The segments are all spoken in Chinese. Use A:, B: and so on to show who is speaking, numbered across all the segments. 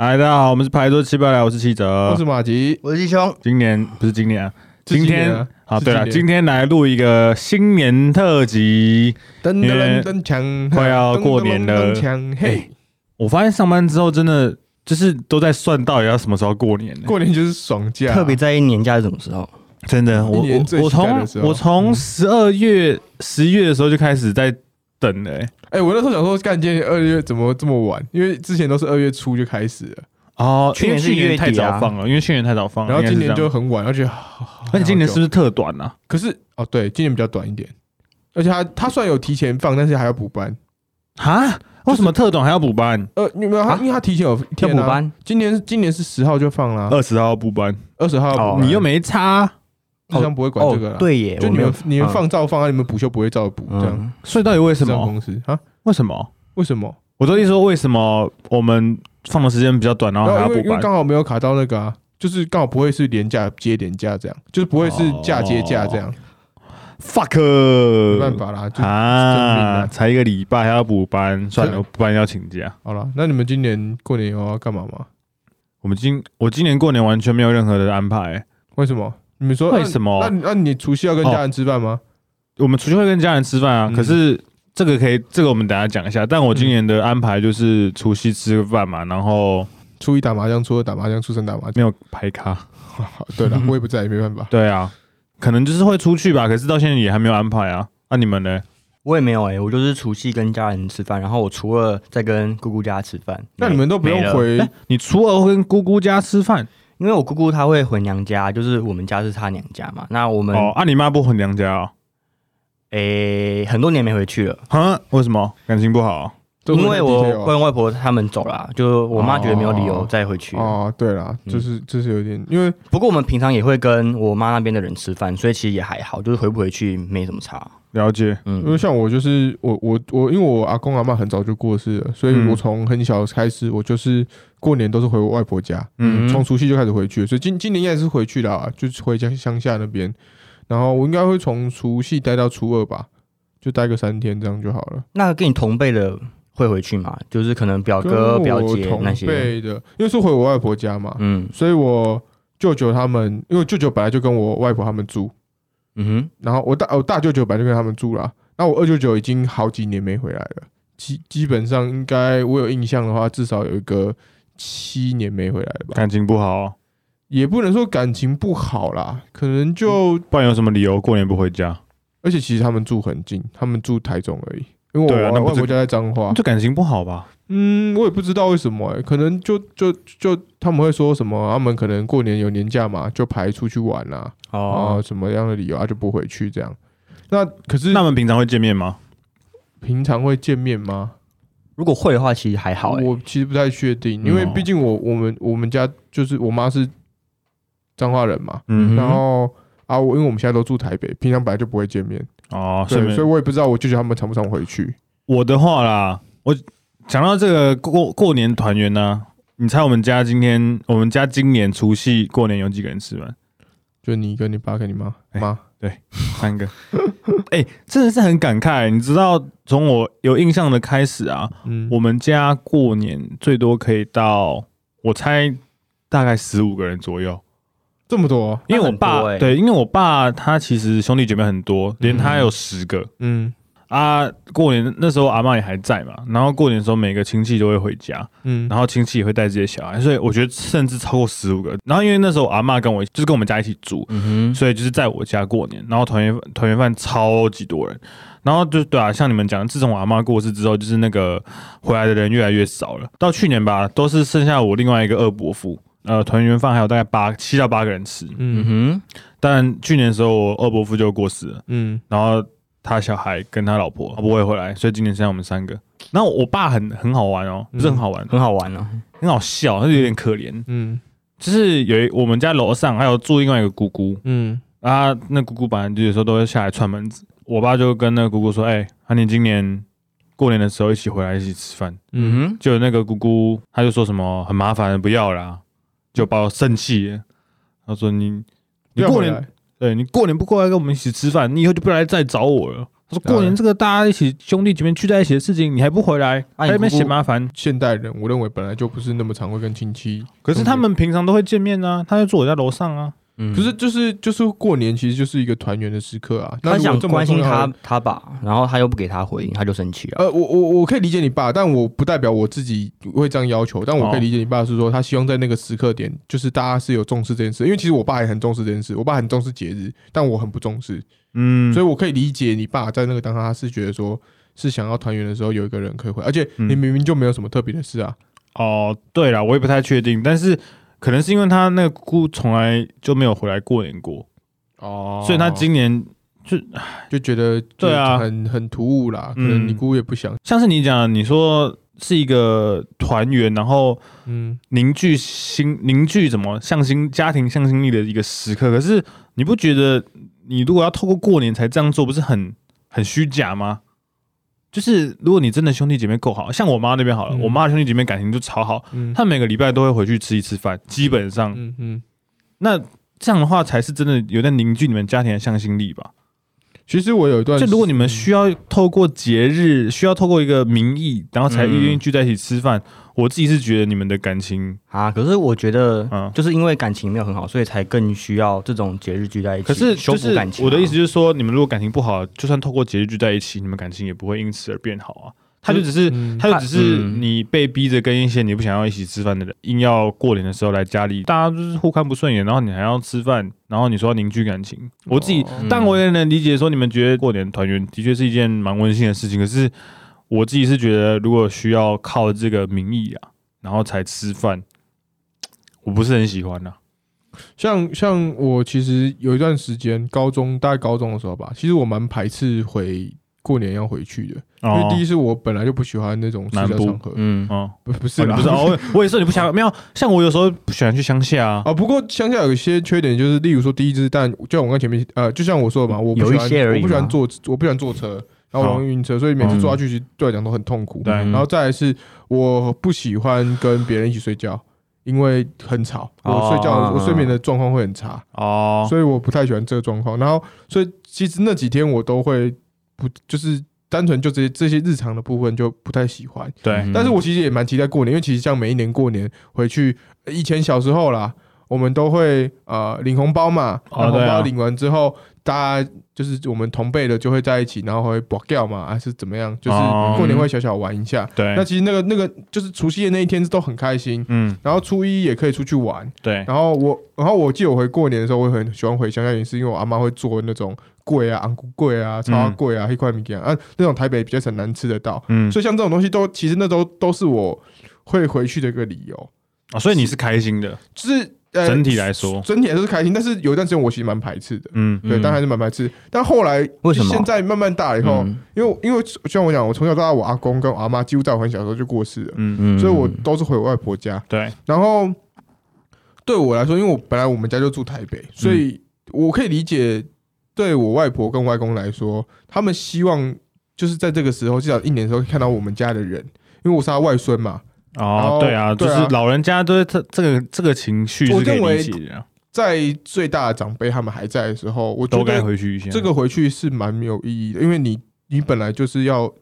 A: 嗨，大家好，我们是牌桌七百来，我是七
B: 我
A: 哲
B: 是。马吉，
C: 我是鸡胸，
A: 今年不是今年啊，
B: 是
A: 今
B: 今
A: 天
B: 年啊
A: 啊，
B: 是
A: 对了，
B: 今年
A: 今天来录一个新年特辑。
B: 噔
A: 因为
B: 噔噔锵，
A: 快要过年了
B: 噔噔锵，嘿，
A: 我发现上班之后真的就是都在算到底要什么时候过年呢、
B: 过年就是爽假，
C: 特别在意年假是什么时候？
A: 真的，我
B: 一年最
A: 我我
B: 期待
A: 从
B: 的时候
A: 我从
B: 嗯
A: 十二月十一月的时候就开始在等了、欸。
B: 哎，我那时候想说，干今年二月怎么这么晚？因为之前都是二月初就开始了，
A: 哦，
C: 去
A: 因
C: 年
A: 为
C: 是
A: 去年
C: 月底啊
A: 太早放了，因为去年太早放了，
B: 然后
A: 应该
B: 今
A: 是这
B: 年就
A: 样
B: 很晚，而且好
A: 而且今年是不
B: 好久
A: 是特短啊？
B: 可是哦，对，今年比较短一点，而且他他虽然有提前放，但是还要补班。
A: 啊？为什么特短还要补班？
B: 呃，你没有他，
C: 啊
B: 因为他提前有
C: 要
B: 天
C: 补
B: 啊，
C: 班，
B: 今年今年是十号就放了，
A: 二十号补班，
B: 二十号要补班
A: 你又没差，啊
B: 日商不会管这个
C: 哦
B: 了，，
C: 对耶，
B: 就
C: 我
B: 你
C: 没有
B: 们啊你们放照放啊，你们补休不会照补，这样
C: 嗯，
A: 所以到底为
B: 日
A: 什
B: 商
A: 么？
B: 公司啊？
A: 为什么？
B: 为什么？
A: 我都一直说为什么我们放的时间比较短，然后还
B: 然
A: 要
B: 后因为
A: 补
B: 因为
A: 班？
B: 刚好没有卡到那个啊，就是刚好不会是连价接连价这样，就是不会是价接价这样，
A: fuck，
B: 没
A: 没
B: 办法啦，就
A: 呃
B: 命
A: 啊，
B: 啊
A: 才一个礼拜还要补班，算了，
B: 对
A: 我补班要请假。
B: 好了。那你们今年过年有要干嘛吗？
A: 我们今我今年过年完全没有任何的安排、
B: 为什么？你们说
A: 为什么哦
B: 那那那你除夕要跟家人吃饭吗？
A: 我们除夕会跟家人吃饭啊，
B: 嗯
A: 可是这个可以，这个我们等一下讲一下。但我今年的安排就是除夕吃个饭
B: 嗯
A: 嘛，然后
B: 初一打麻将，初二打麻将，初三打麻将。
A: 没有排咖。
B: 对了，我也不在，没办法。
A: 对啊，可能就是会出去吧，可是到现在也还没有安排啊。那、你们呢？
C: 我也没有哎，我就是除夕跟家人吃饭，然后我除了在跟姑姑家吃饭，
B: 那你们都不用
C: 没了，
B: 回
A: 你初二会跟姑姑家吃饭
C: 因为我姑姑她会回娘家，就是我们家是她娘家嘛，那我们
A: 哦？啊，你妈不回娘家哦？
C: 诶很多年没回去了，
A: 啊？为什么？感情不好哦、
B: 都不
C: 因
B: 用
C: 为
B: 回
C: 我
B: detail 啊
C: 外公外婆他们走了，就我妈觉得没有理由再回去
B: 啊。哦，对了，
A: 嗯
B: 就是就是有点，因为
C: 不过我们平常也会跟我妈那边的人吃饭，所以其实也还好，就是回不回去没什么差。
A: 了解。
B: 因为
C: 嗯，
B: 像我就是我我我，因为我阿公阿嬷很早就过世了，所以
A: 嗯
B: 我从很小开始，我就是过年都是回我外婆家，
A: 嗯
C: 嗯
B: 从除夕就开始回去了，所以今今年应该是回去了啊，就是回家乡下那边。然后我应该会从除夕待到初二吧，就待个三天这样就好了。
C: 那跟你同辈的会回去吗？就是可能表哥、
B: 跟
C: 表
B: 我
C: 姐
B: 同
C: 那些。
B: 辈的，因为是回我外婆家嘛，
C: 嗯
B: 所以我舅舅他们，因为舅舅本来就跟我外婆他们住，
C: 嗯
B: 然后我大我大舅舅本来就跟他们住啦，那我二舅舅已经好几年没回来了，基基本上应该我有印象的话，至少有一个七年没回来了吧，
A: 感情不好、哦，
B: 也不能说感情不好啦，可能就、
A: 不然有什么理由过年不回家？
B: 而且其实他们住很近，他们住台中而已，因为
A: 对啊
B: 我
A: 那
B: 外
A: 不是
B: 外婆家在彰化，
A: 这感情不好吧？
B: 嗯，我也不知道为什么、欸，可能就就就他们会说什么，他们可能过年有年假嘛，就排出去玩啦、
C: 哼，
B: 啊，
C: 哦，
B: 什么样的理由啊就不回去这样，那可是
A: 那我们平常会见面吗？
B: 平常会见面吗？
C: 如果会的话，其实还好、欸。
B: 我其实不太确定，
A: 嗯
B: 因为
A: 哦
B: 毕竟我我们我们家就是我妈是彰化人嘛，
A: 嗯
B: 然后啊我因为我们现在都住台北，平常本来就不会见面，
A: 哦，顺
B: 对，
A: 便
B: 所以我也不知道我舅舅他们常不常回去。
A: 我的话啦，我讲到这个过过年团圆呢，你猜我们家今天我们家今年除夕过年有几个人吃饭？
B: 就你跟你爸跟你妈
A: 哎
B: 妈，
A: 三 个。哎、真的是很感慨。你知道，从我有印象的开始啊，
B: 嗯，
A: 我们家过年最多可以到，我猜大概十五个人左右。
B: 这么多，
A: 因为我
C: 那很多
A: 爸、
C: 欸
A: 对，因为我爸他其实兄弟姐妹很多，连他有十个。
B: 嗯
A: 啊，过年那时候阿嬷也还在嘛，然后过年的时候每个亲戚都会回家，
B: 嗯，
A: 然后亲戚也会带自己的小孩，所以我觉得甚至超过十五个。然后因为那时候我阿嬷跟我就是跟我们家一起住，
C: 嗯哼，
A: 所以就是在我家过年，然后团圆团圆饭超级多人，然后就对啊，像你们讲，自从我阿嬷过世之后，就是那个回来的人越来越少了。到去年吧，都是剩下我另外一个二伯父，呃，团圆饭还有大概八七到八个人吃。
C: 嗯
B: 嗯
C: 哼，
A: 但去年的时候，我二伯父就过世了。
B: 嗯，
A: 然后他小孩跟他老婆不会回来，所以今年剩下我们三个。然后我爸很很好玩哦，不是很好玩，
C: 很好玩哦。
A: 很好笑，但是有点可怜。
B: 嗯
A: 就是有一我们家楼上还有住另外一个姑姑
B: 嗯
A: 啊，那姑姑本来就有时候都会下来串门子，我爸就跟那个姑姑说：“哎、啊你今年过年的时候一起回来一起吃饭。”
B: 嗯
C: 嗯
A: 就有那个姑姑，她就说什么很麻烦，不要啦。就把我生气了，他说你
B: 不
A: 你
B: 要
A: 过
B: 回
A: 年
B: 来，
A: 对你过年不过来跟我们一起吃饭，你以后就不要来再找我了。他说
B: 对啊
A: 过年这个大家一起兄弟姐妹聚在一起的事情，你还不回来，还
C: 啊你
A: 在那边
C: 姑姑
A: 嫌麻烦。
B: 现代人我认为本来就不是那么常会跟亲戚，
A: 可是他们平常都会见面啊，他就住我家楼上啊。
C: 嗯
B: 可是就是就是过年其实就是一个团圆的时刻啊。那
C: 他
B: 如果
C: 想
B: 这么
C: 关心
B: 重要的
C: 他他爸，然后他又不给他回应，他就生气了。
B: 呃，我我我可以理解你爸，但我不代表我自己会这样要求，但我可以
A: 哦
B: 理解你爸是说他希望在那个时刻点，就是大家是有重视这件事，因为其实我爸也很重视这件事，我爸很重视节日，但我很不重视，
A: 嗯，
B: 所
A: 以
B: 以我可以理解你爸在那个当下他是觉得说是想要团圆的时候有一个人可以回，而且你
A: 嗯
B: 明明就没有什么特别的事啊，
A: 哦，对了，我也不太确定，但是可能是因为他那个姑姑从来就没有回来过年过，
B: 哦
A: 所以他今年就
B: 就觉得
A: 对啊
B: 很很突兀啦，可能你
A: 嗯
B: 姑也不想，
A: 像是你讲的，你说是一个团圆，然后
B: 嗯，
A: 凝聚心凝聚怎么向心家庭向心力的一个时刻。可是你不觉得你如果要透过过年才这样做，不是很很虚假吗？就是如果你真的兄弟姐妹够好，像我妈那边好了，
B: 嗯
A: 我妈的兄弟姐妹感情就超好，
B: 嗯
A: 她每个礼拜都会回去吃一次饭，基本上、
B: 嗯嗯。
A: 那这样的话才是真的有在凝聚你们家庭的向心力吧。
B: 其实我有一段时，
A: 就如果你们需要透过节日，需要透过一个名义，然后才
C: 嗯
A: 愿意聚在一起吃饭，我自己是觉得你们的感情，
C: 啊，可是我觉得
A: 嗯，
C: 就是因为感情没有很好，所以才更需要这种节日聚在一起，
A: 可是
C: 修
A: 就
C: 补
A: 是
C: 感情啊、
A: 我的意思就是说，你们如果感情不好，就算透过节日聚在一起，你们感情也不会因此而变好啊。他就只是，
B: 嗯
A: 他就只是
C: 嗯
A: 你被逼着跟一些你不想要一起吃饭的人，硬要过年的时候来家里，大家就是互看不顺眼，然后你还要吃饭，然后你说要凝聚感情，我自己
B: 哦
A: 但我也能理解说你们觉得过年团圆的确是一件蛮温馨的事情，可是我自己是觉得，如果需要靠这个名义啊，然后才吃饭，我不是很喜欢呐、啊
B: 像像我其实有一段时间，高中大概高中的时候吧，其实我蛮排斥回过年要回去的，
A: 啊。
B: 因为第一是我本来就不喜欢那种社
A: 南
B: 交
A: 部
B: 场合，
C: 嗯，
A: 哦，
B: 不不是
A: 是你
B: 啦，
A: 不是哦，我我也说你不想没有，像我有时候不喜欢去乡下啊，
B: 啊，不过乡下有一些缺点，就是例如说，第一就是，但就像我刚前面呃，就像我说的嘛，我不
C: 有
B: 喜
C: 一
B: 欢
C: 些而
B: 我
C: 已
B: 不喜欢
C: 嘛
B: 坐，我不喜欢坐车，然后我容易晕车，所以每次坐下去其实对我来讲都很痛
C: 哦
B: 苦。
A: 对
B: 然后再来是我不喜欢跟别人一起睡觉，因为很吵，我睡觉
C: 哦
B: 我睡眠的状况会很差，
A: 哦，
B: 所以我不太喜欢这个状况。然后，所以其实那几天我都会不就是单纯就这些这些日常的部分就不太喜欢。
A: 对，
B: 但是我其实也蛮期待过年，因为其实像每一年过年回去，呃以前小时候啦，我们都会呃领红包嘛，
A: 哦
B: 然后红
A: 对啊
B: 包领完之后，大家就是我们同辈的就会在一起，然后会bỏ掉嘛，还是怎么样？就是
A: 哦
B: 过年会小小玩一下。那
A: 对，
B: 其实那个那个就是除夕的那一天都很开心，
A: 嗯，
B: 然后初一也可以出去玩。
A: 对，
B: 然后我，然后我记得我回过年的时候，我很喜欢回乡下，原因是因为我阿妈会做那种粿啊、昂菇粿啊、超粿啊、黑块米羹啊，那种台北比较很难吃得到。
A: 嗯，
B: 所以像这种东西都其实那都都是我会回去的一个理由，
A: 啊所以你是开心的，
B: 就是呃
A: 整体来说，
B: 整体来说是开心，但是有一段时间我其实蛮排斥的。
A: 嗯
B: 对，
C: 嗯
B: 但还是蛮排斥。但后来
C: 为什么
B: 现在慢哦慢大了以后，
C: 嗯
B: 因为因为就像我讲，我从小到大，我阿公跟我阿妈几乎在我很小的时候就过世了，
A: 嗯，
C: 嗯
B: 所以我都是回我外婆家。
A: 对，
B: 然后对我来说，因为我本来我们家就住台北，
C: 嗯
B: 所以我可以理解，对我外婆跟外公来说，他们希望就是在这个时候，至少一年的时候看到我们家的人，因为我是他外孙嘛。然
A: 哦
B: 后，
A: 对啊，就
B: 对啊
A: 是老人家都这这个这个情绪
B: 我
A: 是可以
B: 认为
A: 理解的啊，
B: 在最大的长辈他们还在的时候，我觉
A: 都该
B: 得
A: 回去一下，
B: 这个回去是蛮没有意义的，因为你你本来就是要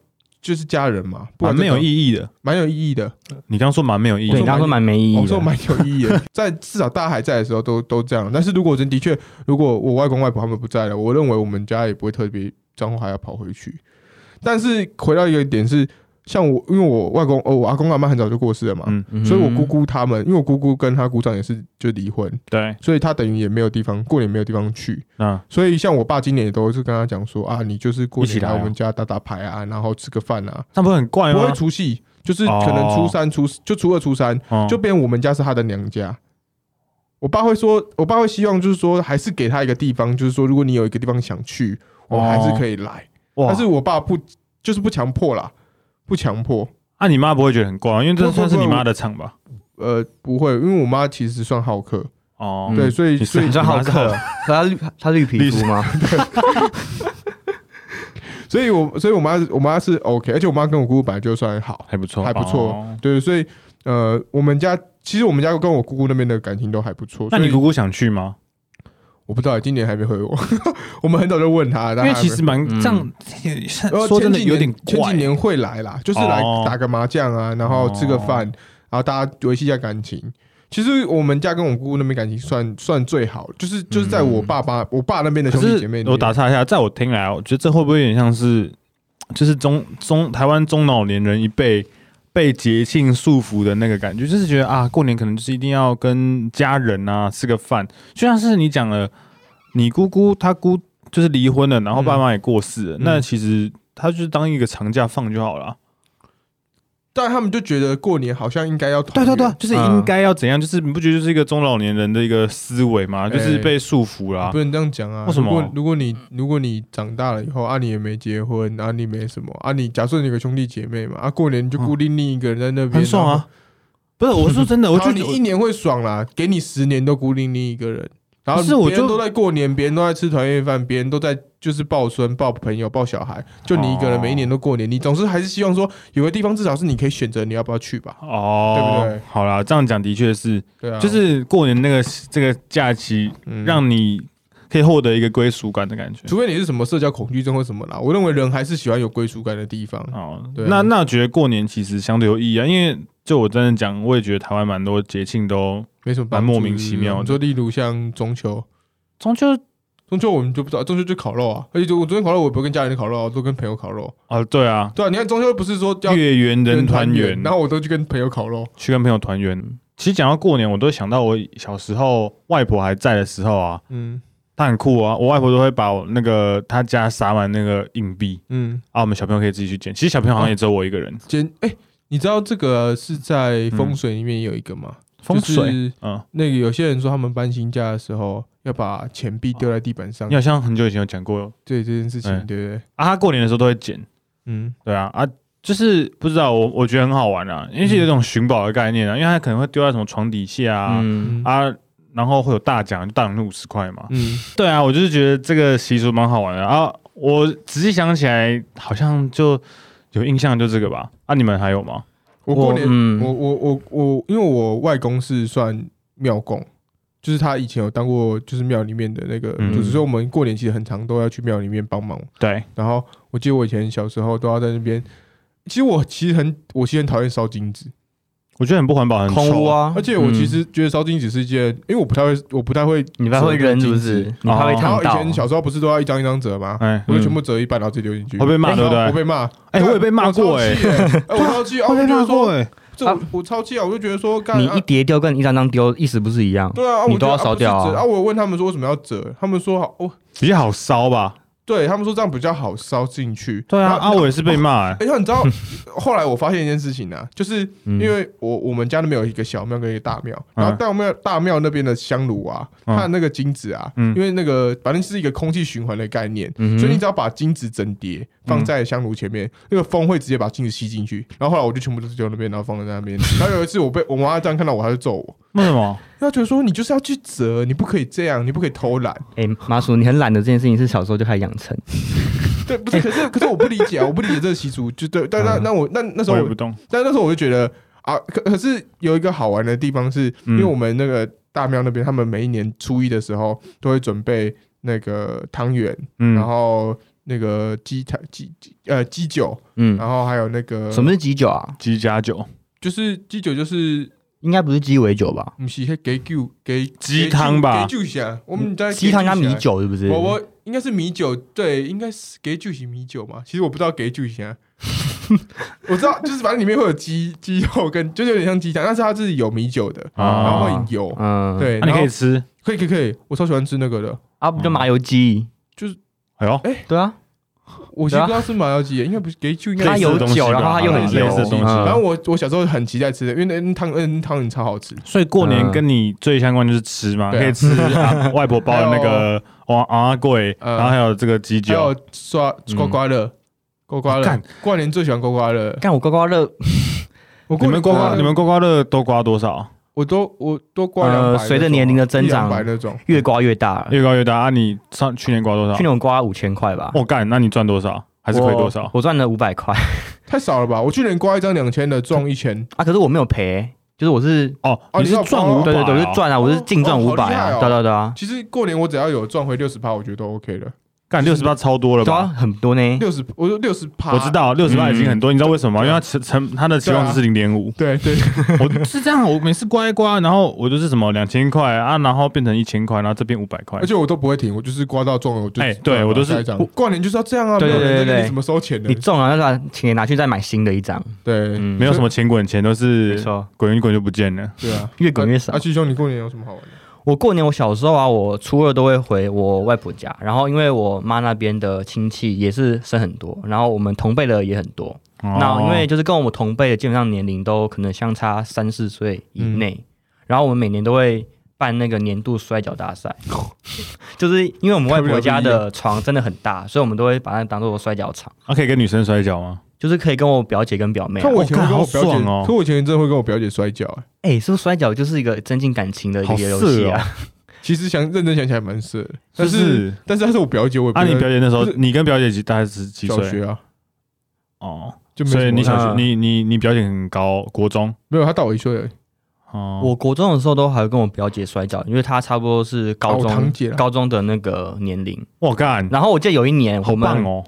B: 就是家人嘛，不
A: 蛮
B: 然
A: 没有
B: 义，
A: 意义的。
B: 蛮有意义的。
A: 你刚刚说蛮没有意义
C: 对
A: 的
C: 你刚刚说蛮没意义
B: 我
C: 的
B: 说，蛮有意义 的，在至少大家还在的时候都都这样。但是如果真的确，如果我外公外婆他们不在了，我认为我们家也不会特别张后还要跑回去。但是回到一个点是，像我，因为我外公哦，我阿公阿妈很早就过世了嘛，
A: 嗯，
C: 嗯
B: 所以我姑姑他们，因为我姑姑跟她姑丈也是就离婚，
A: 对，
B: 所以她等于也没有地方过年没有地方去。
A: 那
B: 所以像我爸今年也都是跟他讲说啊，你就是过
C: 一起
B: 年
C: 来啊哎
B: 来我们家打打牌啊，然后吃个饭啊，
A: 那不是很怪
B: 不会
A: 吗？
B: 除夕，就是可
C: 哦
B: 能初三、初四就初二、初三。
A: 哦
B: 就变成我们家是他的娘家。我爸会说，我爸会希望就是说，还是给他一个地方，就是说，如果你有一个地方想去，我还是可
A: 哦
B: 以来。
A: 哇
C: 哦
B: 但是我爸不就是不强迫啦，不强迫。
A: 啊，你妈不会觉得很怪吗，因为这
B: 不不
A: 算是
B: 不
A: 你妈的场吧？
B: 呃，不会，因为我妈其实算好客，
A: 哦，
B: 对，
C: 嗯
B: 所以
A: 你
B: 所以
A: 算
C: 你说好客，他绿他绿皮肤吗？
B: 所以我所以我妈我妈是 OK，而且我妈跟我姑姑本来就算好，
A: 还不错，
B: 还不错
A: 哦
B: 对，所以呃，我们家其实我们家跟我姑姑那边的感情都还不错。
A: 那
B: 所以
A: 你姑姑想去吗？
B: 我不知道，今年还没回我。 我们很早就问他，
A: 因
B: 但
A: 为
B: 他还
A: 其
B: 没
A: 实蛮
C: 嗯
A: 这样，
B: 呃
A: 说真的
B: 前几年
A: 有点
B: 前
A: 怪
B: 几。年会来啦，就是来
A: 哦
B: 打个麻将啊，然后吃个饭，然后大家维系一下感情。其实我们家跟我姑姑那边感情算算最好，就是就是在我爸爸、我爸那边的
A: 嗯可
B: 兄弟姐妹
A: 是
B: 里面，
A: 我打岔一下，在我听来，哦我觉得这会不会有点像是，就是中中台湾中老年人一辈被节庆束缚的那个感觉，就是觉得啊，过年可能就是一定要跟家人啊吃个饭，就像是你讲了，你姑姑她姑就是离婚了，然后爸妈也过世了，
B: 嗯
A: 那其实她就是当一个长假放就好了啊。
B: 但他们就觉得过年好像应该要团
A: 对对
B: 圆
A: 对，就是
B: 嗯
A: 应该要怎样？就是你不觉得就是一个中老年人的一个思维吗？就是
B: 哎
A: 被束缚啦、
B: 不能这样讲啊！
A: 为什么
B: 如果如果你如果你长大了以后啊，你也没结婚啊，你没什么啊，你假设你有个兄弟姐妹嘛啊，过年你就
A: 嗯
B: 孤零零一个人在那边，
A: 很爽啊！不是，我是说真 的，
B: 然
A: 我
B: 后！
A: 就
B: 我觉得你一年会爽啦，给你十年都孤零零一个人，然后
A: 不是我
B: 别人
A: 就
B: 都在过年，别人都在吃团圆饭，别人都在就是抱孙、抱朋友、抱小孩，就你一个人
A: 哦
B: 每一年都过年，你总是还是希望说有个地方至少是你可以选择你要不要去吧？
A: 哦，
B: 对不对？
A: 好啦，这样讲的确是，
B: 对啊，
A: 就是过年那个这个假期，
B: 嗯
A: 让你可以获得一个归属感的感觉。
B: 除非你是什么社交恐惧症或什么啦，我认为人还是喜欢有归属感的地方。
A: 哦，
B: 对啊
A: 那那我觉得过年其实相对有意义啊，因为就我真的讲，我也觉得台湾蛮多节庆都
B: 没什么帮
A: 蛮
B: 助
A: 莫名其妙的
B: 就例如像中秋，
A: 中秋
B: 中秋我们就不知道，中秋就烤肉啊，而且就我昨天烤肉，我不会跟家人烤肉啊，我都跟朋友烤肉。
A: 啊，对啊，
B: 对啊，你看中秋不是说要
A: 月圆人团圆，
B: 然后我都去跟朋友烤肉。
A: 去跟朋友团圆。其实讲到过年，我都想到我小时候外婆还在的时候啊，
B: 嗯
A: 她很酷啊，我外婆都会把我那个她家撒满那个硬币
B: 嗯，
A: 啊，我们小朋友可以自己去捡。其实小朋友好像也只有我一个人，
B: 简哎、你知道这个是在风水里面有一个吗？
A: 风水，
B: 就是
A: 嗯，
B: 那个有些人说他们搬新家的时候要把钱币丢在地板上
A: 你，好像很久以前有讲过
B: 对这件事情，
A: 哎
B: 对不对？
A: 啊，她过年的时候都会捡，
B: 嗯，
A: 对啊啊，就是不知道我我觉得很好玩啊，因为是有一种寻宝的概念啊，因为她可能会丢在什么床底下啊、
C: 嗯，
A: 啊，然后会有大奖，就大奖是五十块嘛，
B: 嗯，
A: 对啊，我就是觉得这个习俗蛮好玩的啊。我仔细想起来，好像就有印象，就这个吧。啊，你们还有吗？
B: 我过年
C: 嗯
B: 我我我我，因为我外公是算庙公，就是他以前有当过就是庙里面的那个，
A: 嗯
B: 主持所以我们过年其实很常都要去庙里面帮忙。
A: 对，
B: 然后我记得我以前小时候都要在那边，其实我其实很我其实很讨厌烧金纸，
A: 我觉得很不环保，很
C: 空
A: 丑
C: 屋。啊，
B: 而且我其
A: 嗯
B: 实觉得烧金纸是一件，因为我不太会我不太会
C: 嗯你怕会扔是不是？你怕会
A: 哦
B: 然后
C: 烫
B: 以
C: 到？
B: 前小时候不是都要一张一张折吗？
A: 哎，
B: 我就全部折一半，然后直接丢进去。
A: 会被骂对不对
B: 我被骂，
A: 哎我也被骂过哎
B: 我超气哎，哎我超气啊！我 就觉得说，
A: 哎。
B: 这我我超气啊！我就觉得说，干
C: 你
B: 啊
C: 一叠掉跟一张张丢，意思不是一样？
B: 对啊，啊
C: 你
B: 我
C: 都
B: 觉得
C: 要
B: 啊
C: 烧
B: 不是
C: 掉啊
B: 折啊！我问他们说为什么要折，他们说好哦，
A: 比较好烧吧？
B: 对他们说这样比较好烧进去。
A: 对啊，
B: 然后
A: 啊，我也是被骂 哎。
B: 哎呀，你知 道，后来我发现一件事情啊，就是
C: 嗯
B: 因为我我们家那边有一个小庙跟一个大庙，
A: 嗯
B: 然后大庙大庙那边的香炉啊，
A: 嗯
B: 它的那个金子啊，
A: 嗯
B: 因为那个反正是一个空气循环的概念，
C: 嗯哼嗯
B: 所以你只要把金子整叠放在香炉前面，那个风会直接把金子吸进去。然后后来我就全部都是丢那边，然后放在那 边。然后有一次我被我妈这样看到我，她就揍我，
A: 为什么？
B: 她觉得说你就是要去折，你不可以这样，你不可以偷 懒。
C: 哎，麻薯，你很懒的这件事情是小时候就开始养成。
B: 对，不是，可是可是我不理解啊，我不理解这 个习俗，就对，但那
C: 嗯
B: 那我那那时
A: 我
B: 候
A: 也
B: 我
A: 不，懂。
B: 但那时候我就觉得啊，可可是有一个好玩的地方是，因为
A: 嗯
B: 我们那个大庙那边，他们每一年初一的时候都会准备那个汤圆，
A: 嗯
B: 然后那个鸡汤鸡鸡呃鸡酒，
C: 嗯，
B: 然后还有那个
C: 什么是鸡酒啊？
A: 鸡加酒、
B: 就是鸡酒就是
C: 应该不是鸡尾酒吧？
B: 不是给酒给
A: 鸡汤吧嗯
B: 给酒下，我们在
C: 鸡汤加米。酒是不是？
B: 我我应该是米酒，对，应该是给酒型米酒嘛。其实我不知道给酒型啊， 我知道就是反正里面会有鸡鸡肉跟，就是有点像鸡汤，但是它是有米酒的，
A: 啊
B: 然后会有、
C: 嗯，
B: 对，
A: 啊，你
B: 然
A: 可
B: 后
A: 以吃。
B: 可以可以可以，我超喜欢吃那个的。
C: 啊，不就麻油鸡？
A: 哎呦，
C: 对啊，
B: 我其
A: 啊
B: 实不知道是麻油鸡，应该不是给酒，应该
C: 它
A: 类似
B: 是
A: 的
C: 有
A: 东西
C: 酒
A: 吧
C: 然后它又很
A: 啊类似的
C: 油
A: 东西
C: 嗯
B: 然后我我小时候很期待吃的，因为那那汤那汤圆超好吃。
A: 所以过年
C: 嗯
A: 跟你最相关就是吃嘛，
B: 对啊
A: 可以 吃啊外婆包的那个昂昂贵，
B: 呃
A: 然后还有这个鸡
B: 还有
A: 酒。嗯
B: 刷刮刮乐，刮刮乐
A: 干，
B: 过年最喜欢刮刮乐。
C: 干我刮刮乐，
A: 你
B: 我过啊
A: 们刮刮，
B: 呃
A: 你们刮刮乐都刮多少？
B: 我都我都刮两
C: 呃，
B: 百，
C: 随着年龄的增长
B: 一，两百那种。
C: 越刮越大了。
A: 越高越大啊！你上去年刮多少？
C: 去年我刮五千块吧，
A: 我干，那你赚多少？还是亏多少
C: 我？我赚了五百块
B: 太少了吧？我去年刮一张两千的，中一千，
C: 啊，可是我没有赔欸，就是我是
A: 哦，
B: 哦
A: 你
B: 你
A: 是
B: 要
A: 赚
B: 包
A: 五
B: 哦
A: 百
C: 对对对，我
A: 哦
C: 是赚啊，我是净赚
B: 哦
C: 五
B: 好厉
C: 百
B: 害
C: 啊，
B: 哦
C: 对对对啊，
B: 其实过年我只要有赚回六十趴，我觉得都 OK 了。
A: 干六十八超多了
C: 对啊，
A: 吧？
C: 很多呢。
B: 六十，我说六十趴，
A: 我知。道六十八已经很多，你知道为什么吗？因为它成成它的期望值是零点五，
B: 嗯啊对啊对，
A: 我是这样，我每次刮一刮，然后我就是什么两千块啊，然后变成一千块，然后这边五百块
B: 而，且我都不会停，我就是刮到中了，我就
A: 哎对我都是
B: 下一张过年就是要这样啊，
C: 对对
B: 没有人在
C: 对对
B: 跟你
C: 对
B: 怎么收钱的
C: 你？中了，那请你拿去再买新的一张。
B: 对
C: 嗯，
A: 没有什么钱滚钱，都
C: 没
A: 是
C: 错，
A: 滚一滚就不见了。
B: 对啊，
C: 越滚越少
B: 啊，。七兄，你过年有什么好玩的？
C: 我过年，我小时候啊，我初二都会回我外婆家，然后因为我妈那边的亲戚也是生很多，然后我们同辈的也很多。
A: 哦
C: 那因为就是跟我们同辈的，基本上年龄都可能相差三四岁以内。然后我们每年都会办那个年度摔跤大赛，就是因为我们外婆家的床真的很大，所以我们都会把它当做摔跤场，
A: 啊，可以跟女生摔跤吗？
C: 就是可以跟我表姐跟表妹、啊
B: 看。我以前会跟我
A: 哦干好
B: 表姐，
A: 爽哦
B: 可我以前真的会跟我表姐摔跤。哎
C: 哎、是不是摔跤就是一个增进感情的一个
A: 好
C: 游
A: 色
C: 戏啊？
B: 其实想认真想起来蛮色的，但
A: 是不
B: 是
A: 是
B: 但是她是我表姐，我也不
A: 啊，你表姐那时候
B: 不，是
A: 你跟表姐几大概是几
B: 小
A: 岁？
B: 学啊，
A: 哦，
B: 就没
A: 所以
B: 什么
A: 你小
C: 啊
A: 学，你你你表姐很高，国中
B: 没有她大我一岁而已，
A: 哦，
C: 我国中的时候都还会跟我表姐摔跤，因为她差不多是高
B: 啊我堂
C: 中
B: 姐啦
C: 高中的那个年龄。
A: 我干，
C: 然后我记得有一年我
A: 好
C: 们
A: 棒哦，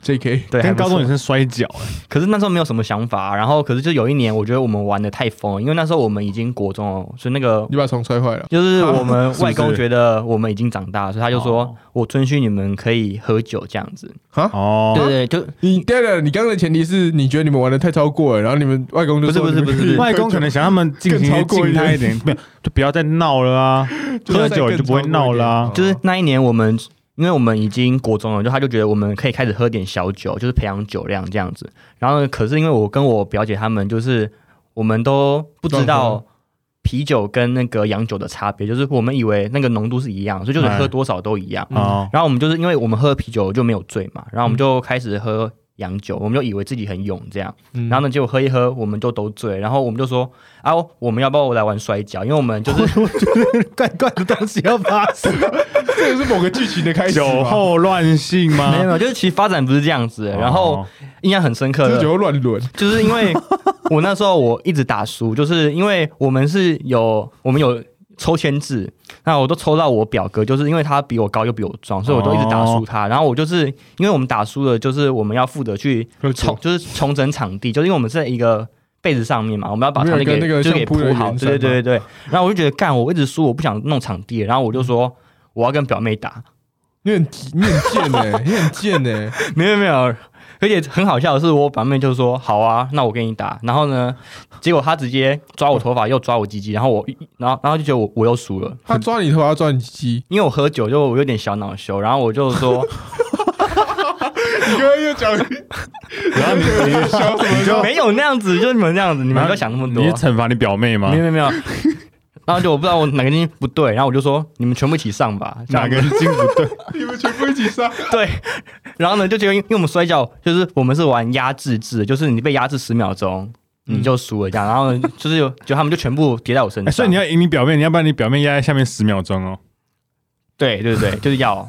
B: J.K.
C: 对还
A: 跟
C: 不
A: 高中
C: 错
A: 女生摔跤，
C: 可是那时候没有什么想法，啊然后可是就有一年，我觉得我们玩的太疯了，因为那时候我们已经国中了，所以 那个
B: 你把床摔坏了，
C: 就是我们
A: 是不
C: 外公
A: 是
C: 觉得我们已经长大，所以他就说、
A: 哦
C: 我遵循你们可以喝酒这样子，
A: 哦，
C: 对对，就
B: 你对了，你刚刚的前提是你觉得你们玩的太超过了，然后你们外公就
C: 不是
B: 说
C: 不是
B: 你们
C: 不是不是
A: 外公可能想让他们进
B: 更
A: 行
B: 超过一
A: 静态一点，没有就不要再闹了啊，
B: 就是
A: 喝
B: 再
A: 酒
B: 更
A: 就不会
B: 超过一
A: 闹
B: 点
A: 啦
B: 哦
C: 就是那一年我们。因为我们已经国中了，就他就觉得我们可以开始喝点小酒，就是培养酒量这样子。然后呢，可是因为我跟我表姐他们，就是我们都不知
B: 乱
C: 道啤酒跟那个洋酒的差别，就是我们以为那个浓度是一样，所以就是
A: 哎
C: 喝多少都一样。
A: 哦，
B: 啊
C: 然后我们就是因为我们喝啤酒就没有醉嘛，然后我们就开始喝洋酒，我们就以为自己很勇这样，
B: 嗯
C: 然后呢，结果喝一喝我们就都醉，然后我们就说啊，我们要不要来玩摔跤？因为我们就是
A: 怪怪的东西要发生，
B: 这个是某个剧情的开始吧，
A: 酒后乱性吗？
C: 没有没有， 就是其实发展不是这样子的。然后
A: 哦
C: 印象很深刻
B: 这
C: 的
B: 酒后乱伦，
C: 就是 因为我那时候我一直打输，就是因为我们是有我们有抽签制，那我都抽到我表哥，就是因为他比我高又比我壮，所以我都一直打输
B: 哦
C: 他。然后我就是因为我们打输了，就是我们要负责去
B: 喝酒
C: 重，就是重整场地，就是因为我们是在一个。被子上面嘛，我们要把场地
B: 没有
C: 给
B: 一个那个
C: 就是给
B: 像铺的
C: 铺好，
B: 圆
C: 对对
B: 山
C: 对对对。然后我就觉得干，我一直输，我不想弄场地，然后我就
B: 嗯
C: 说我要跟表妹打，
B: 你很你很贱哎，你很贱哎，
C: 没有没有，而且很好笑的是，我表妹就说：“好啊，那我跟你打。”然后呢，结果她直接抓我头发，又抓我鸡鸡，然后我，然后然后就觉得我我又输了，
B: 他抓你头发抓你鸡，
C: 因为我喝酒就我有点小恼羞，然后我就说
B: 你刚刚又讲，
A: 然后你 你
B: 笑什么
C: 没有那样子，就你们那样子，你们不要想那么多
A: 你，是惩罚你表妹吗
C: 没？有没有没有。然后就我不知道我哪根筋不对，然后我就说你们全部一起上吧，这样
A: 哪根筋不 对？
B: 你们全部一起上，
C: 对，然后呢，就觉得因为因为我们摔跤就是我们是玩压制制的，就是你被压制十秒钟你就输了这样，然后呢就是有就他们就全部叠在我身
A: 哎
C: 上，
A: 所以你要赢你表妹，你要不然你表妹压在下面十秒钟哦。
C: 对对对，就是 要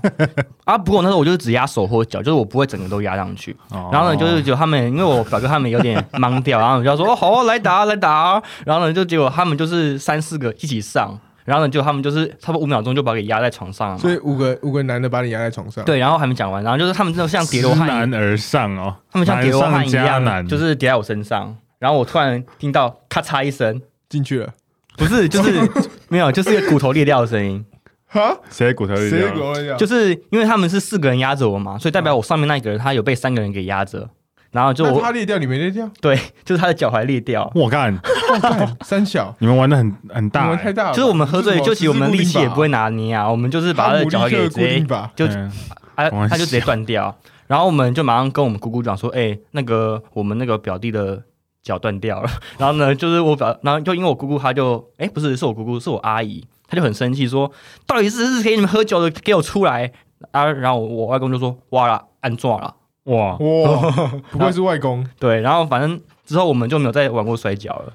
C: 啊。不过那时候我就是只压手或脚，就是我不会整个都压上去。然
A: 哦
C: 后呢，就是就他们，因为我表哥他们有点懵掉，然后我就说哦好啊，来打啊来打啊。然后呢，就结果他们就是三四个一起上，然后呢，就他们就是差不多五秒钟就把我给压在床上了
B: 所
C: 嘛。
B: 以五个五个男的把你压在床上，
C: 对，然后还没讲完，然后就是他们真的像叠罗
A: 知
C: 汉，
A: 难而上哦，
C: 他们像叠罗汉
A: 难
C: 一
A: 上加难
C: 样，啊就是叠在我身上。然后我突然听到咔嚓一声，
B: 进去了，
C: 不是，就是 没有，就是一个骨头裂掉的声音。
B: 哈，
A: 谁的骨头力
B: 谁
A: 量
B: 跟？我讲？
C: 啊就是因为他们是四个人压着我嘛，所以代表我上面那一个人他有被三个人给压着，然后
B: 嗯
C: 就
B: 那
C: 我
B: 他裂掉，你没裂掉，
C: 对，就是他的脚踝裂掉，
A: 我干，
B: 干三小，
A: 你们玩的很很
B: 你
A: 大
B: 们太
A: 欸。
B: 大了吧，
C: 就是我们喝醉，
B: 这
C: 就是其实我们力气也不会拿捏啊，我们就是把他
B: 嗯
C: 的
B: 母力
C: 脚踝给
B: 克
C: 直
B: 固定
C: 接
B: 吧，
C: 就
A: 嗯开
C: 啊
A: 玩笑
C: 他就直接断掉，然后我们就马上跟我们姑姑讲说，哎，那个我们那个表弟的。脚断掉了， 然后呢，就是我表，然后就因为我姑姑，她就，哎，不是，是我姑姑，是我阿姨，她就很生气，说，到底是是给你们喝酒的，给我出来啊！然后我外公就说，哇啦，安撞了，
A: 哇，
B: 哇，不愧是外公，
C: 对，然后反正之后我们就没有再玩过摔跤了。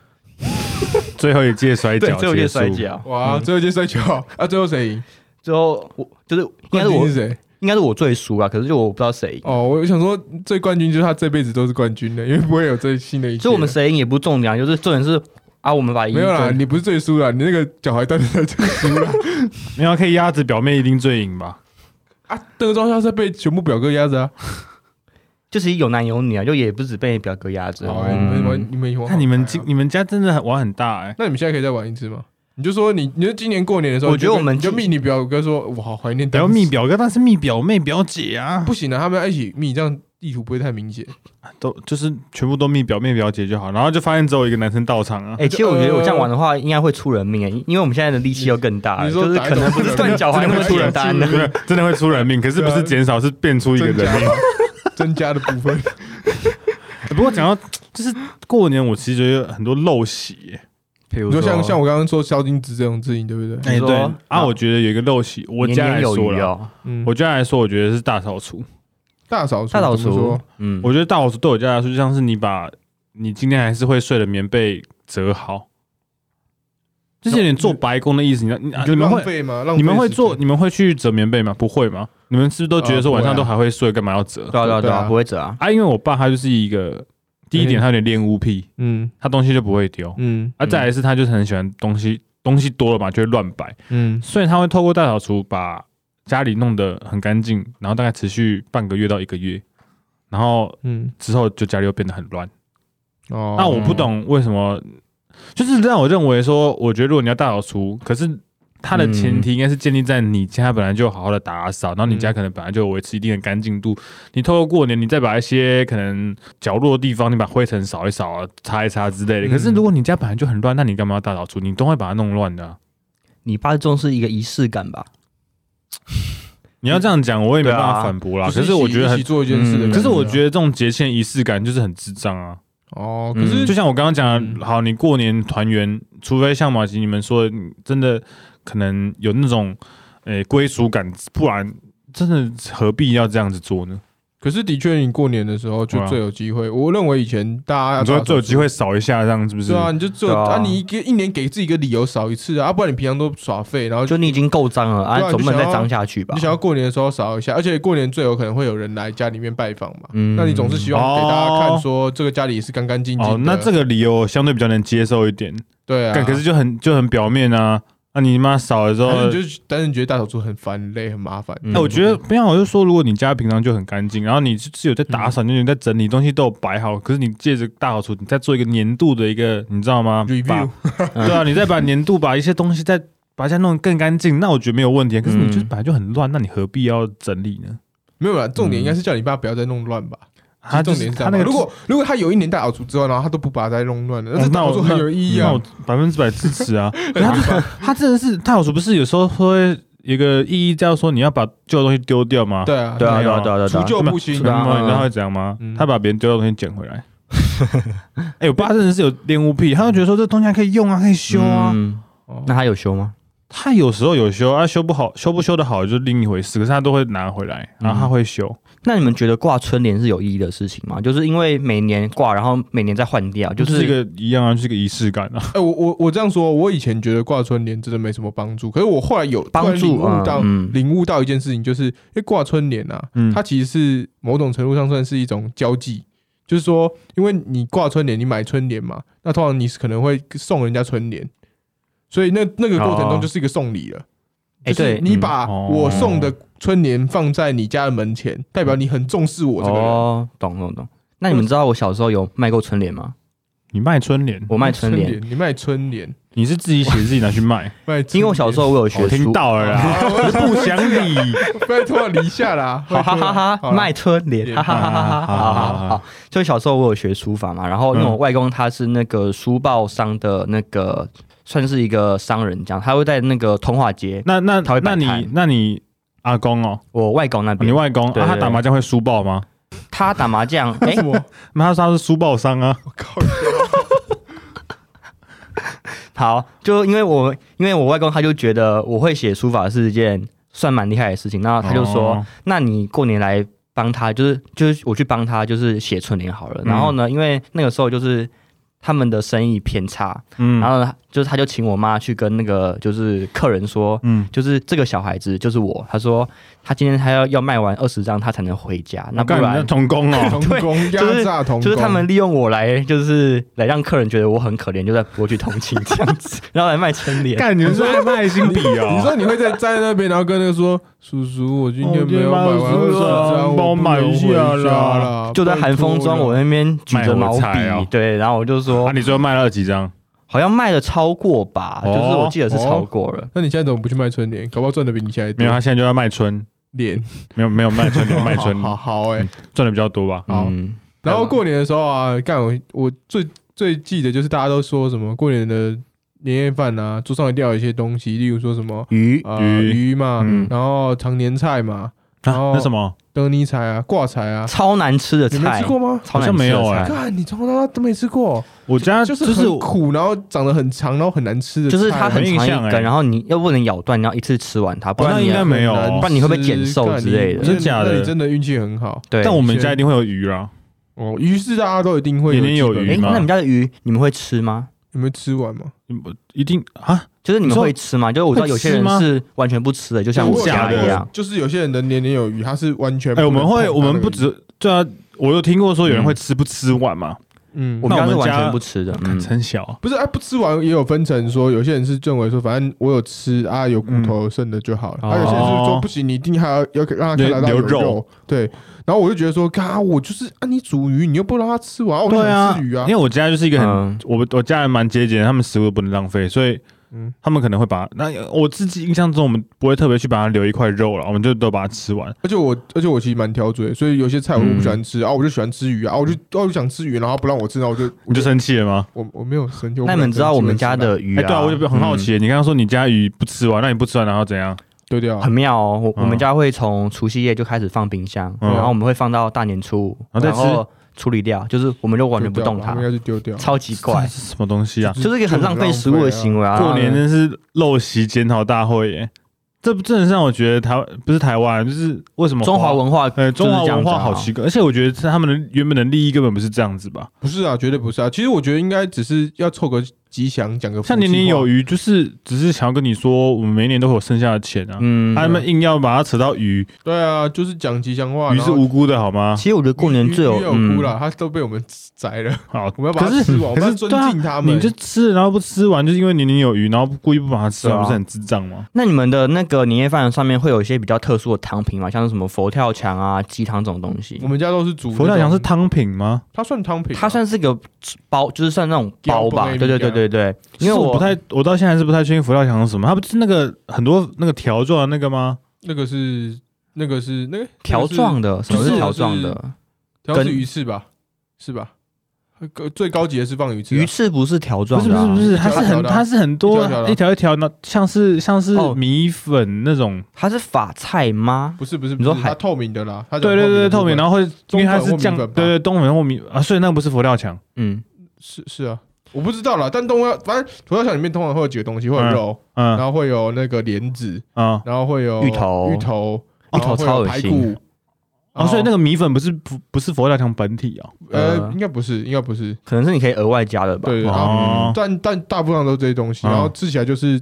A: 最后一届摔
C: 对，
A: 跤，
C: 最后一届摔。跤，
B: 哇，最后一届摔跤啊，最后谁赢？
C: 嗯最后我就是应
B: 冠
C: 该是
B: 军
C: 我
B: 是谁？
C: 应该是我最输啊，可是就我不知道谁赢。
B: 哦，我想说，最冠军就是他这辈子都是冠军的，因为不会有最新的一届。
C: 所以我们谁赢也不是重点啊，就是重点是啊，我们把赢
B: 没有啦，
C: 分
B: 你不是最输啦，你那个脚踝 断在最输啦。
A: 没有可以压制表妹一定最赢吧？
B: 啊，邓庄下是被全部表哥压着啊。
C: 就是有男有女啊，就也不止被表哥压制。
B: 哦，
A: 哎
B: 你们
C: 嗯
B: 玩，你们玩好
A: 看你们
B: 嗨
A: 今
B: 啊
A: 你们家真的很玩很大哎、
B: 那你们现在可以再玩一次吗？你就说你，你就今年过年的时候，
C: 我觉得
B: 你就
C: 我们
B: 你就密你表哥说，我好怀念
A: 不
B: 当
A: 要
B: 时。
A: 密表哥，但是密表妹表姐啊，
B: 不行啊，他们要一起密，这样地图不会太明显。
A: 都就是全部都密表妹表姐就好，然后就发现只有一个男生到场啊。
C: 哎、其实我觉
B: 呃
C: 得我这样玩的话，应该会出人命哎、因为我们现在的力气又更大
B: 你
C: 了，
B: 说
C: 就是可能不是断脚踝那么简单
A: 真的会真的会出人命，可是不是减少，是变出一个
B: 增
A: 人
B: 加
A: 命。哎
B: 增加的部分
A: 不过讲到就是过年，我其实觉得很多陋习耶、
C: 比如
B: 你说像像我刚刚说烧金纸这种事情，对不对？
C: 哎对
A: 对啊，
C: 啊
A: 我觉得有一个陋习，我
C: 年
A: 家
C: 年
A: 来
C: 有
A: 说
C: 余
A: 了，
C: 哦，
B: 嗯，
A: 我家来说，我觉得是大扫除。
B: 大扫除，
C: 大扫
B: 怎么
C: 除
B: 说，
C: 嗯，
A: 我觉得大扫除对我家来说，就像是你把你今天还是会睡的棉被折好，就是有点做白工的意思。你知道你啊你们
B: 浪
A: 会
B: 费吗？浪费
A: 你们会
B: 时间呃
A: 做你们会去折棉被吗？不会吗？你们是不是都觉得说晚
B: 啊
A: 上都还会睡，干嘛要折
C: 对啊对啊对
B: 对
C: 啊，
B: 啊
C: 不会折啊。
A: 啊？因为我爸他就是一个第一点，他有点恋物癖，
B: 嗯
A: 他东西就不会丢。
B: 嗯
A: 啊，再来是他就是很喜欢东西，东西多了嘛就会乱摆，
B: 嗯，
A: 所以他会透过大扫除把家里弄得很干净，然后大概持续半个月到一个月，然后
B: 嗯
A: 之后就家里又变得很乱。
B: 哦，
A: 那我不懂为什么，就是让我认为说，我觉得如果你要大扫除，可是它的前提应该是建立在你家本来就好好的打扫，然后你家可能本来就有维持一定的干净度，你透过过年，你再把一些可能角落的地方，你把灰尘扫一扫啊、擦一擦之类的。
B: 嗯
A: 可是如果你家本来就很乱，那你干嘛要大扫除？你都会把它弄乱的啊、
C: 你爸重视一个仪式感吧？
A: 你要这样讲，我也没办
C: 对
A: 法
C: 啊
A: 反驳啦。
B: 就
A: 可
B: 一
A: 是
B: 起
A: 我觉得
B: 一
A: 很
B: 起，做一件事的感觉
C: 嗯
B: 啊，
A: 可是我觉得这种节庆仪式感就是很智障啊。
B: 哦，可
C: 嗯
B: 是
A: 就像我刚刚讲
B: 嗯
A: 的，好，你过年团圆，除非像马吉你们说的，你真的可能有那种诶归属感，不然真的何必要这样子做呢？
B: 可是的确，你过年的时候就最有机会。我认为以前大家要
A: 啊你说
B: 大扫除
A: 最有机会扫一下，这样是不是？
B: 啊对啊，你就只有
C: 对啊
B: 啊，你一个一年给自己一个理由扫一次啊，啊不然你平常都耍废，然后就
C: 就你已经够脏了
B: 对
C: 啊，
B: 啊
C: 总不
B: 就
C: 能再
B: 想要
C: 脏下去吧
B: 你？想要过年的时候扫一下，而且过年最有可能会有人来家里面拜访嘛，
C: 嗯
B: 那你总是希望给大家看说这个家里是干干净净的。
A: 哦，那这个理由相对比较能接受一点，
B: 对啊，
A: 但可是就很就很表面啊。那、你妈扫的时候
B: 但，是你就但是你觉得大扫除很烦、很累、很麻烦。
C: 嗯
A: 哎哎、我觉得没有，我就说，如果你家平常就很干净，然后你是是有在打
B: 嗯
A: 扫，你有在整理东西都有摆好，可是你借着大扫除，你再做一个年度的一个，你知道吗
B: review
A: 把对啊，你再把年度把一些东西再把它弄得更干净，那我觉得没有问题。可是你就是
B: 嗯
A: 本来就很乱，那你何必要整理呢？
B: 没有啦，重点应该是叫你爸不要再弄乱吧。
A: 他嗯啊
B: 其
A: 就
B: 实重
A: 是
B: 点是
A: 他
B: 这样
A: 那
B: 吧
A: 个，
B: 如果如果他有一年大扫除之后，然后他都不把它再弄乱了，那这
A: 哦那
B: 大
A: 我
B: 扫除很有意义
A: 那
B: 啊
A: 我。百分之百支持 啊。
B: 很麻烦
A: 他真的是大扫除，不是有时候会有一个意义叫说你要把旧的东西丢掉吗？
B: 对啊，
C: 对啊
A: 没有
C: 对
A: 啊
C: 啊对啊对啊对
B: 除
C: 啊，
B: 旧不新
A: 你
C: 是
A: 知
C: 的
A: 道
C: 啊
A: 吗？
C: 嗯
A: 你知道他会怎样吗？
B: 嗯
A: 他把别人丢的东西捡回 来。哎、我爸真的是有恋物癖，他就觉得说这东西还可以用啊，可以修啊。
C: 嗯
B: 哦
C: 那他有修吗？
A: 他有时候有修啊，修不好，修不修得好就是另一回事。可是他都会拿回来，然
B: 嗯
A: 后他会修。
C: 那你们觉得挂春联是有意义的事情吗？就是因为每年挂，然后每年再换掉，就
A: 就是是一个一样啊，就是一个仪式感啊。
B: 哎、我我我这样说，我以前觉得挂春联真的没什么帮助，可是我后来有
C: 帮助
B: 突然领悟到、
C: 嗯嗯
B: 领悟到一件事情，就是因为挂春联啊，
A: 嗯
B: 它其实是某种程度上算是一种交际，就是说，因为你挂春联，你买春联嘛，那通常你是可能会送人家春联，所以那那个过程
A: 哦
B: 中就是一个送礼了。
C: 哎
B: 就是
C: 对
B: 你
C: 嗯
B: 把
A: 哦
B: 我送的春联放在你家的门前，代表你很重视我这个人。
C: 哦，懂懂懂。那你们知道我小时候有卖过春联吗？
A: 你卖春联，
C: 我卖春联，，
B: 你卖春联，
A: 你是自己写自己拿去卖？
B: 卖
C: 因为 我小时候我有
A: 我
B: 哦
C: 学
A: 听
C: 书，哦
A: 到了啦，
B: 候
A: 不讲理。
B: 拜托离下啦，
C: 哈哈哈哈，卖
B: 卖
C: 春联， 哈哈哈哈哈哈哈哈哈。就小时候我有学书法嘛，然后因为我外公他是那个书报商的那个，算是一个商人这样，他会在那个通化街，
A: 那那
C: 他会
A: 那
C: 摆摊
A: 你那你阿公哦，
C: 我外公那
A: 你
C: 边，
A: 外公
C: 对
A: 啊他
C: 对
A: 打麻将会输爆吗？
C: 他打麻 将，哎
B: 什，么？
A: 那他说他是输爆商啊。
B: 我靠！
C: 好，就因为我因为我外公他就觉得我会写书法是一件算蛮厉害的事情，啊那他就说，
A: 哦
C: 那你过年来
A: 嗯
C: 帮他，就是就是我去帮他，就是写春联好了。然后呢，因为那个时候就是他们的生意偏差，
A: 嗯
C: 然后呢，就是他就请我妈去跟那个就是客人说，
A: 嗯，
C: 就是这个小孩子就是我，他说他今天他要要卖完二十张，他才能回家，
A: 那
C: 那不
A: 干你那
C: 然
A: 童工哦，
B: 童 工
C: 就是
B: 压榨童工，
C: 就是他们利用我来就是来让客人觉得我很可怜，就在博取同情这样子， 然后来卖春联。
A: 干你们是爱卖心笔 哦，
B: 你说你会在站在那边，然后跟那个说：“叔叔，我今天没有买完二十张，
A: 帮我买一下啦
B: 啦。”
C: 就在寒风中，我那边举着毛笔
A: 卖火柴哦，
C: 对，然后我就说
A: 啊，你最后卖了几张？
C: 好像卖了超过吧，
A: 哦
C: 就是我记得是超过了。
B: 那你现在怎么不去卖春联？搞不好赚的比你现在
A: 没
B: 多
A: 有，他现在就要卖春，
B: 脸
A: 没有没有卖春， 没有卖春，
B: 好
C: 哦
B: 好哎。
A: 赚的比较多吧？
B: 好
C: 嗯，
B: 然后过年的时候啊，干我我最最记得就是大家都说什么过年的年夜饭啊，桌上一定要有一些东西，例如说什么
C: 鱼
B: 啊
A: 鱼
B: 鱼嘛
A: 嗯，
B: 然后常年菜嘛，
A: 啊
B: 然后
A: 那什么，
B: 灯泥菜啊，挂菜啊，
C: 超难吃的
B: 你没
C: 菜
B: 吃，过吗？
C: 超
A: 好
C: 难
A: 像
C: 吃
A: 没有
C: 的
A: 哎
C: 菜，
B: 看你从小到大都没吃过，
A: 我家
B: 就是
A: 就是
B: 很苦，然后长得很长，然后很难吃的菜，
C: 就是它很
A: 有
C: 长
A: 印象
C: 一
A: 哎
C: 根，然后你又不能咬断，你要一次吃完它，不
A: 好
C: 然
A: 像
C: 你
A: 应该没有
B: 很难吃
A: 哦
C: 不，然你会不会减瘦之类的
B: 干你
A: 真假的
B: 那你真的运气很好
C: 对。
A: 但我们家一定会有鱼啊啦。
B: 哦。鱼是大家都一定会
A: 年年有
B: 基本
A: 余
C: 哎，
A: 吗
C: 那你们家的鱼你们会吃吗？
B: 你们吃完吗？
A: 一定啊，
C: 就是你
A: 你
C: 们
A: 说
C: 会吃吗？就是我知道有些
A: 会吃
C: 人
A: 吗
C: 是完全不吃的，就像我
A: 真假
C: 家
A: 的
C: 一样。
B: 就是有些人的年年有余，他是完全不
A: 哎，我们
B: 能碰
A: 会，
B: 到
A: 我们不
B: 那个鱼，
A: 止，对啊，我有听过说有人
C: 嗯
A: 会吃不吃完嘛，
B: 嗯
C: 我，
A: 那
C: 们家
A: 我
C: 是
A: 们
C: 完
A: 家
C: 全不吃的，嗯
A: 干，真小，
B: 不是哎，不吃完也有分成说，有些人是认为说，反正我有吃啊，有骨头剩的就好了；，
C: 嗯
B: 还有些人是
A: 嗯哦
B: 说不行，你一定还要要让他看得到
A: 留
B: 有
A: 留
B: 肉
A: 肉。
B: 对，然后我就觉得说，嘎，我就是啊，你煮鱼，你又不让他吃完，我就
A: 对
B: 想
A: 啊，
B: 吃鱼啊
A: 因为。我家就是一个很，
C: 嗯
A: 我我家人蛮节俭的，他们食物都不能浪费，所以
B: 嗯
A: 他们可能会把那我自己印象中，我们不会特别去把它留一块肉了，我们就都把它吃完。
B: 而且我，而且我其实蛮挑嘴，所以有些菜我都不喜欢吃、啊，我就喜欢吃鱼啊，啊我就啊我就想吃鱼，然后不让我吃，然后我就
A: 你就生气了吗？
B: 我我没有生气。
C: 那你们知道我们家的鱼
A: 哎，对啊，我就很好
C: 嗯
A: 奇，你刚刚说你家鱼不吃完，那你不吃完然后怎样？
B: 丢掉啊，
C: 很妙哦，我
A: 嗯
C: 我们家会从除夕夜就开始放冰箱，
A: 嗯
C: 然后我们会放到大年初五，
A: 然后再吃
C: 后处理掉，就是我们就完全不动
B: 丢掉吧
C: 它
B: 我，应该是丢掉。
C: 超级
A: 这
C: 怪，
A: 是什么东西啊？
C: 就是一个很浪费食物的行为啊。
A: 过年
C: 然后
A: 真是陋习检讨大会耶！这不真的是让我觉得台不是台湾，就是为什么
C: 中华文化，
A: 呃中华
C: 就是这样
A: 文
C: 子啊
A: 化好奇怪，而且我觉得是他们的原本的利益根本不是这样子吧？
B: 不是啊，绝对不是啊。其实我觉得应该只是要凑个吉祥，讲个福气话
A: 像年年有余，就是只是想要跟你说，我们每一年都会有剩下的钱啊，
C: 嗯，
A: 他们硬要把它扯到鱼，
B: 对啊，就是讲吉祥话。
A: 鱼
B: 然
A: 是
B: 后
A: 无辜的好吗？
C: 其实我觉得过年
B: 鱼
C: 最
B: 鱼有
C: 嗯
B: 哭，了，它都被我们宰了，
A: 好，
B: 我们要把
A: 可
B: 它
A: 是
B: 吃完，我们
A: 可
B: 要
A: 是
B: 尊
A: 对啊
B: 敬他们。
A: 你就吃，然后不吃完，就是因为年年有余，然后故意不把它吃完，
C: 对啊
A: 不是很智障吗？
C: 那你们的那个年夜饭上面会有一些比较特殊的汤品吗？像是什么佛跳墙啊、鸡汤这种东西
B: 我，们家都是煮
A: 佛跳墙
B: 那
A: 是
B: 种，
A: 汤品吗？
B: 它算汤品啊，
C: 它算是个包，就是算那种包吧。
B: 对
C: 对对对对对，因为
A: 是我不
C: 我
A: 太，我到现在还是不太确定佛跳墙是什么，它不是那个很多那个条状的那个吗？
B: 那个是那个是那个
C: 条状的，什么是
B: 就是
C: 条状的？
B: 条是
C: 跟
B: 鱼翅吧？是吧？呃最高级的是放鱼翅啊，
C: 鱼翅不是条
A: 不
C: 状
A: 是
C: 的
A: 不
C: 啊、
A: 是不是，它是
B: 一条一条
A: 很
B: 的啊
A: 它是很
B: 一
A: 多
B: 条一条的啊
A: 一条一条，那像是像是
C: 哦
A: 米粉那种，
C: 它是法菜吗？
B: 不是不是，
C: 你说
B: 不是它
C: 海
B: 透明的啦，它
A: 对对对，透明，
B: 的部分
A: 然后会因为它
B: 中
A: 是
B: 粉或
A: 酱，
B: 米
A: 对
B: 粉吧
A: 对冬粉或米啊，所以那个不是佛跳墙，
C: 嗯，
B: 是是啊，我不知道啦，但动物反正土豆小里面通常会有几个东西，会有
A: 嗯
B: 肉，然
A: 嗯
B: 后会有那个莲子，
A: 啊
B: 然后会有
C: 芋头
B: 芋头，
C: 芋头
B: 然后会有
C: 超恶
B: 排
C: 心
B: 骨，
A: 哦，
B: 然后
A: 所以那个米粉不是不不是佛跳墙本体哦，
B: 呃
C: 呃，
B: 应该不是，应该不是，
C: 可能是你可以额外加的吧。
B: 对，然
A: 哦
C: 嗯
B: 后但但大部分都是这些东西，
A: 嗯
B: 然后吃起来就是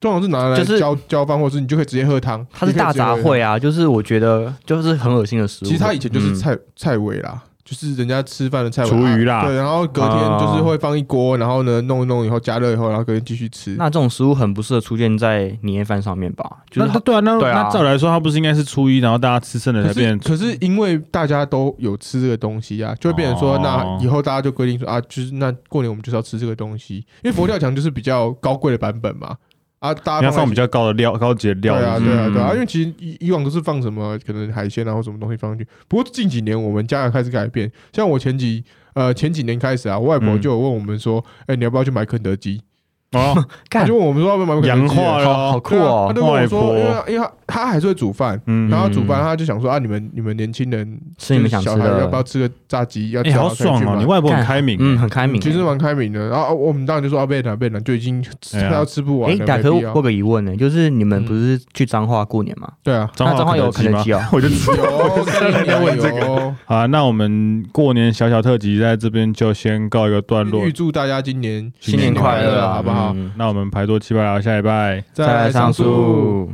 B: 通常是拿来
C: 就是
B: 浇浇饭，或者是你就可以直接喝汤。
C: 它是大
B: 你可
C: 杂
B: 以直接喝汤，
C: 烩啊，就是我觉得就是很恶心的食物。
B: 其实它以前就是
C: 嗯
B: 菜菜尾啦。就是人家吃饭的菜尾，啊
A: 厨余啦啊
B: 对，然后隔天就是会放一锅，然后呢弄一弄以后加热以后，然后隔天继续吃。
C: 那这种食物很不适合出现在年夜饭上面吧？就
A: 那
C: 是
A: 那
C: 它
A: 对啊，那
C: 对啊
A: 那照来说，它不是应该是初一，然后大家吃剩的
B: 可
A: 才
B: 是
A: 变
B: 可是因为大家都有吃这个东西啊，就会变成说，
A: 哦
B: 那以后大家就规定说啊，就是那过年我们就是要吃这个东西，因为佛跳墙就是比较高贵的版本嘛，啊，大
A: 你
B: 家
A: 要放比
B: 较
A: 较高的料，高级的
B: 对
A: 料，
B: 啊
A: 是不
B: 对
A: 是
B: 啊对啊，
C: 嗯
B: 因为其实以以往都是放什么可能海鲜啊或什么东西放进去，不过近几年我们家也开始改变，像我前几呃前几年开始啊，我外婆
A: 嗯
B: 就有问我们说，哎，你要不要去买肯德基？
A: 哦，
B: 她
C: 干
B: 就问我们说要不要买肯德
A: 洋
B: 基啊。
A: 化了
C: 好
A: 哦，
C: 好酷哦
B: 对啊他就跟我
A: 外
B: 说，
A: 婆
B: 因为因为他他还是会煮饭，
A: 嗯
B: 然后煮饭他就想说啊，你们你们年轻人
C: 吃你们想吃
B: 小孩要不啊要
C: 的，
B: 吃个炸鸡？要
A: 哎、
B: 吃
A: 好爽哦、你外婆很开明、
C: 嗯，很开明。
B: 其实蛮开明的。然后啊我们当然就说啊，被难被难，就已经吃
A: 哎呀，
B: 快要吃不完
C: 哎，
B: 了，
C: 打
B: 没
C: 可
B: 必
C: 我
B: 要
C: 有个疑问呢，就是你们不是去彰化过年吗？
B: 对啊
A: 彰
C: 那彰化有肯德
A: 吗
C: 基哦
A: 我就知道
B: 有跟你
A: 在
B: 讲
A: 问这个
B: 有。
A: 好啊，那我们过年小小特辑在这边就先告一个段落
B: 预。祝大家今年
A: 新年快乐
B: 好不好？
C: 嗯
A: 那我们排多七八聊，下礼拜。
C: 再来上
B: 上
C: 树。